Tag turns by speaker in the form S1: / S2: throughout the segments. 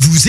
S1: Vous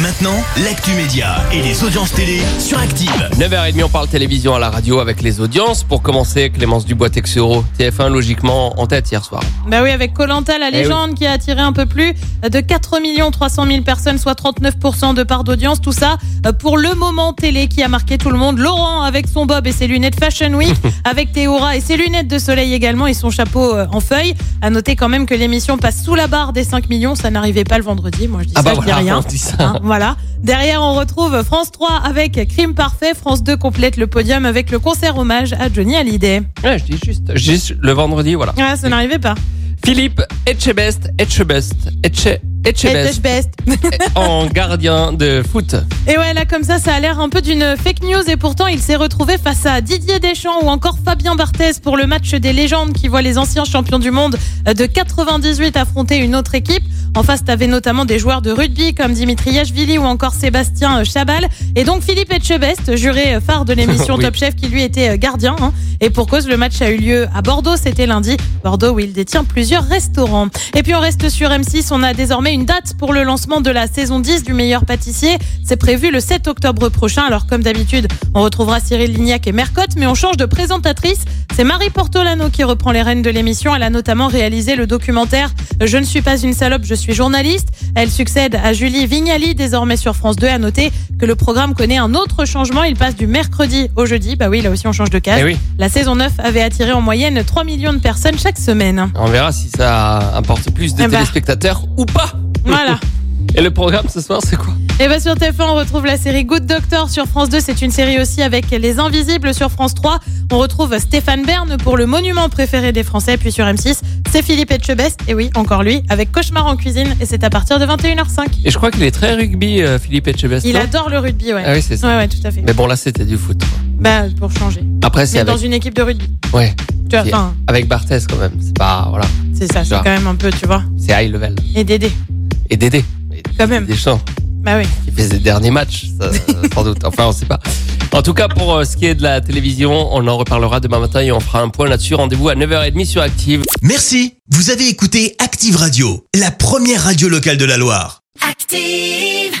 S1: maintenant, l'actu média et les audiences télé sur Active.
S2: 9h30, on parle télévision à la radio avec les audiences. Pour commencer, Clémence Dubois-Texero, TF1 logiquement en tête hier soir.
S3: Bah oui, avec Colanta, la
S2: oui.
S3: légende qui a attiré un peu plus de 4 300 000 personnes, soit 39% de part d'audience. Tout ça euh, pour le moment télé qui a marqué tout le monde. Laurent avec son bob et ses lunettes Fashion Week, avec Théora et ses lunettes de soleil également et son chapeau euh, en feuille. À noter quand même que l'émission passe sous la barre des 5 millions. Ça n'arrivait pas le vendredi. Moi, je
S2: Ah
S3: dis ça,
S2: bah
S3: je dis rien.
S2: on dit ça.
S3: Hein, voilà. Derrière, on retrouve France 3 avec Crime Parfait. France 2 complète le podium avec le concert hommage à Johnny Hallyday.
S2: Ouais, je dis juste, juste le vendredi, voilà.
S3: Ah, ça n'arrivait pas.
S2: Philippe Etchebest, Etchebest, Etche,
S3: Et
S2: Etchebest,
S3: best.
S2: en gardien de foot.
S3: Et ouais, là, comme ça, ça a l'air un peu d'une fake news. Et pourtant, il s'est retrouvé face à Didier Deschamps ou encore Fabien Barthez pour le match des légendes qui voit les anciens champions du monde de 98 affronter une autre équipe. En face, t'avais notamment des joueurs de rugby comme Dimitri Yachvili ou encore Sébastien Chabal. Et donc, Philippe Etchebest, juré phare de l'émission
S2: Oui.
S3: Top Chef, qui lui était gardien. hein. Et pour cause, le match a eu lieu à Bordeaux, c'était lundi. Bordeaux où il détient plusieurs restaurants. Et puis on reste sur M6, on a désormais une date pour le lancement de la saison 10 du meilleur pâtissier. C'est prévu le 7 octobre prochain. Alors comme d'habitude, on retrouvera Cyril Lignac et Mercotte, mais on change de présentatrice. C'est Marie Portolano qui reprend les rênes de l'émission. Elle a notamment réalisé le documentaire Je ne suis pas une salope, je suis journaliste. Elle succède à Julie Vignali, désormais sur France 2. À noter que le programme connaît un autre changement. Il passe du mercredi au jeudi. Bah oui, là aussi on change de case.
S2: Eh oui,
S3: La saison 9 avait attiré en moyenne 3 millions de personnes chaque semaine.
S2: on verra si ça importe plus de
S3: Eh ben.
S2: téléspectateurs ou pas.
S3: Voilà.
S2: Et le programme ce soir, c'est quoi
S3: Et bien Eh ben, sur TF1, on retrouve la série Good Doctor sur France 2. C'est une série aussi avec Les Invisibles sur France 3. On retrouve Stéphane Bern pour le monument préféré des Français. Puis sur M6, c'est Philippe Etchebest. Et oui, encore lui, avec Cauchemar en cuisine. Et c'est à partir de 21h05.
S2: Et je crois qu'il est très rugby, euh, Philippe Etchebest.
S3: Il
S2: non
S3: adore le rugby, ouais.
S2: Ah oui, c'est ça.
S3: Ouais, ouais, tout à fait.
S2: Mais bon, là, c'était du foot.
S3: Bah, pour changer.
S2: Après, c'est
S3: Mais dans
S2: avec,
S3: une équipe de rugby.
S2: ouais,
S3: Tu vois,
S2: C'est-
S3: enfin,
S2: avec Barthez quand même. C'est pas, voilà,
S3: c'est ça, c'est
S2: Genre.
S3: quand même un peu, tu vois.
S2: c'est high level.
S3: Et Dédé.
S2: Et Dédé. Et
S3: Quand même.
S2: Deschamps.
S3: Bah oui.
S2: qui fait ses derniers matchs, ça, sans doute. Enfin, on sait pas. En tout cas, pour euh, ce qui est de la télévision, on en reparlera demain matin et on fera un point là-dessus. Rendez-vous à 9h30 sur Active.
S1: Merci. Vous avez écouté Active Radio, la première radio locale de la Loire.
S4: Active.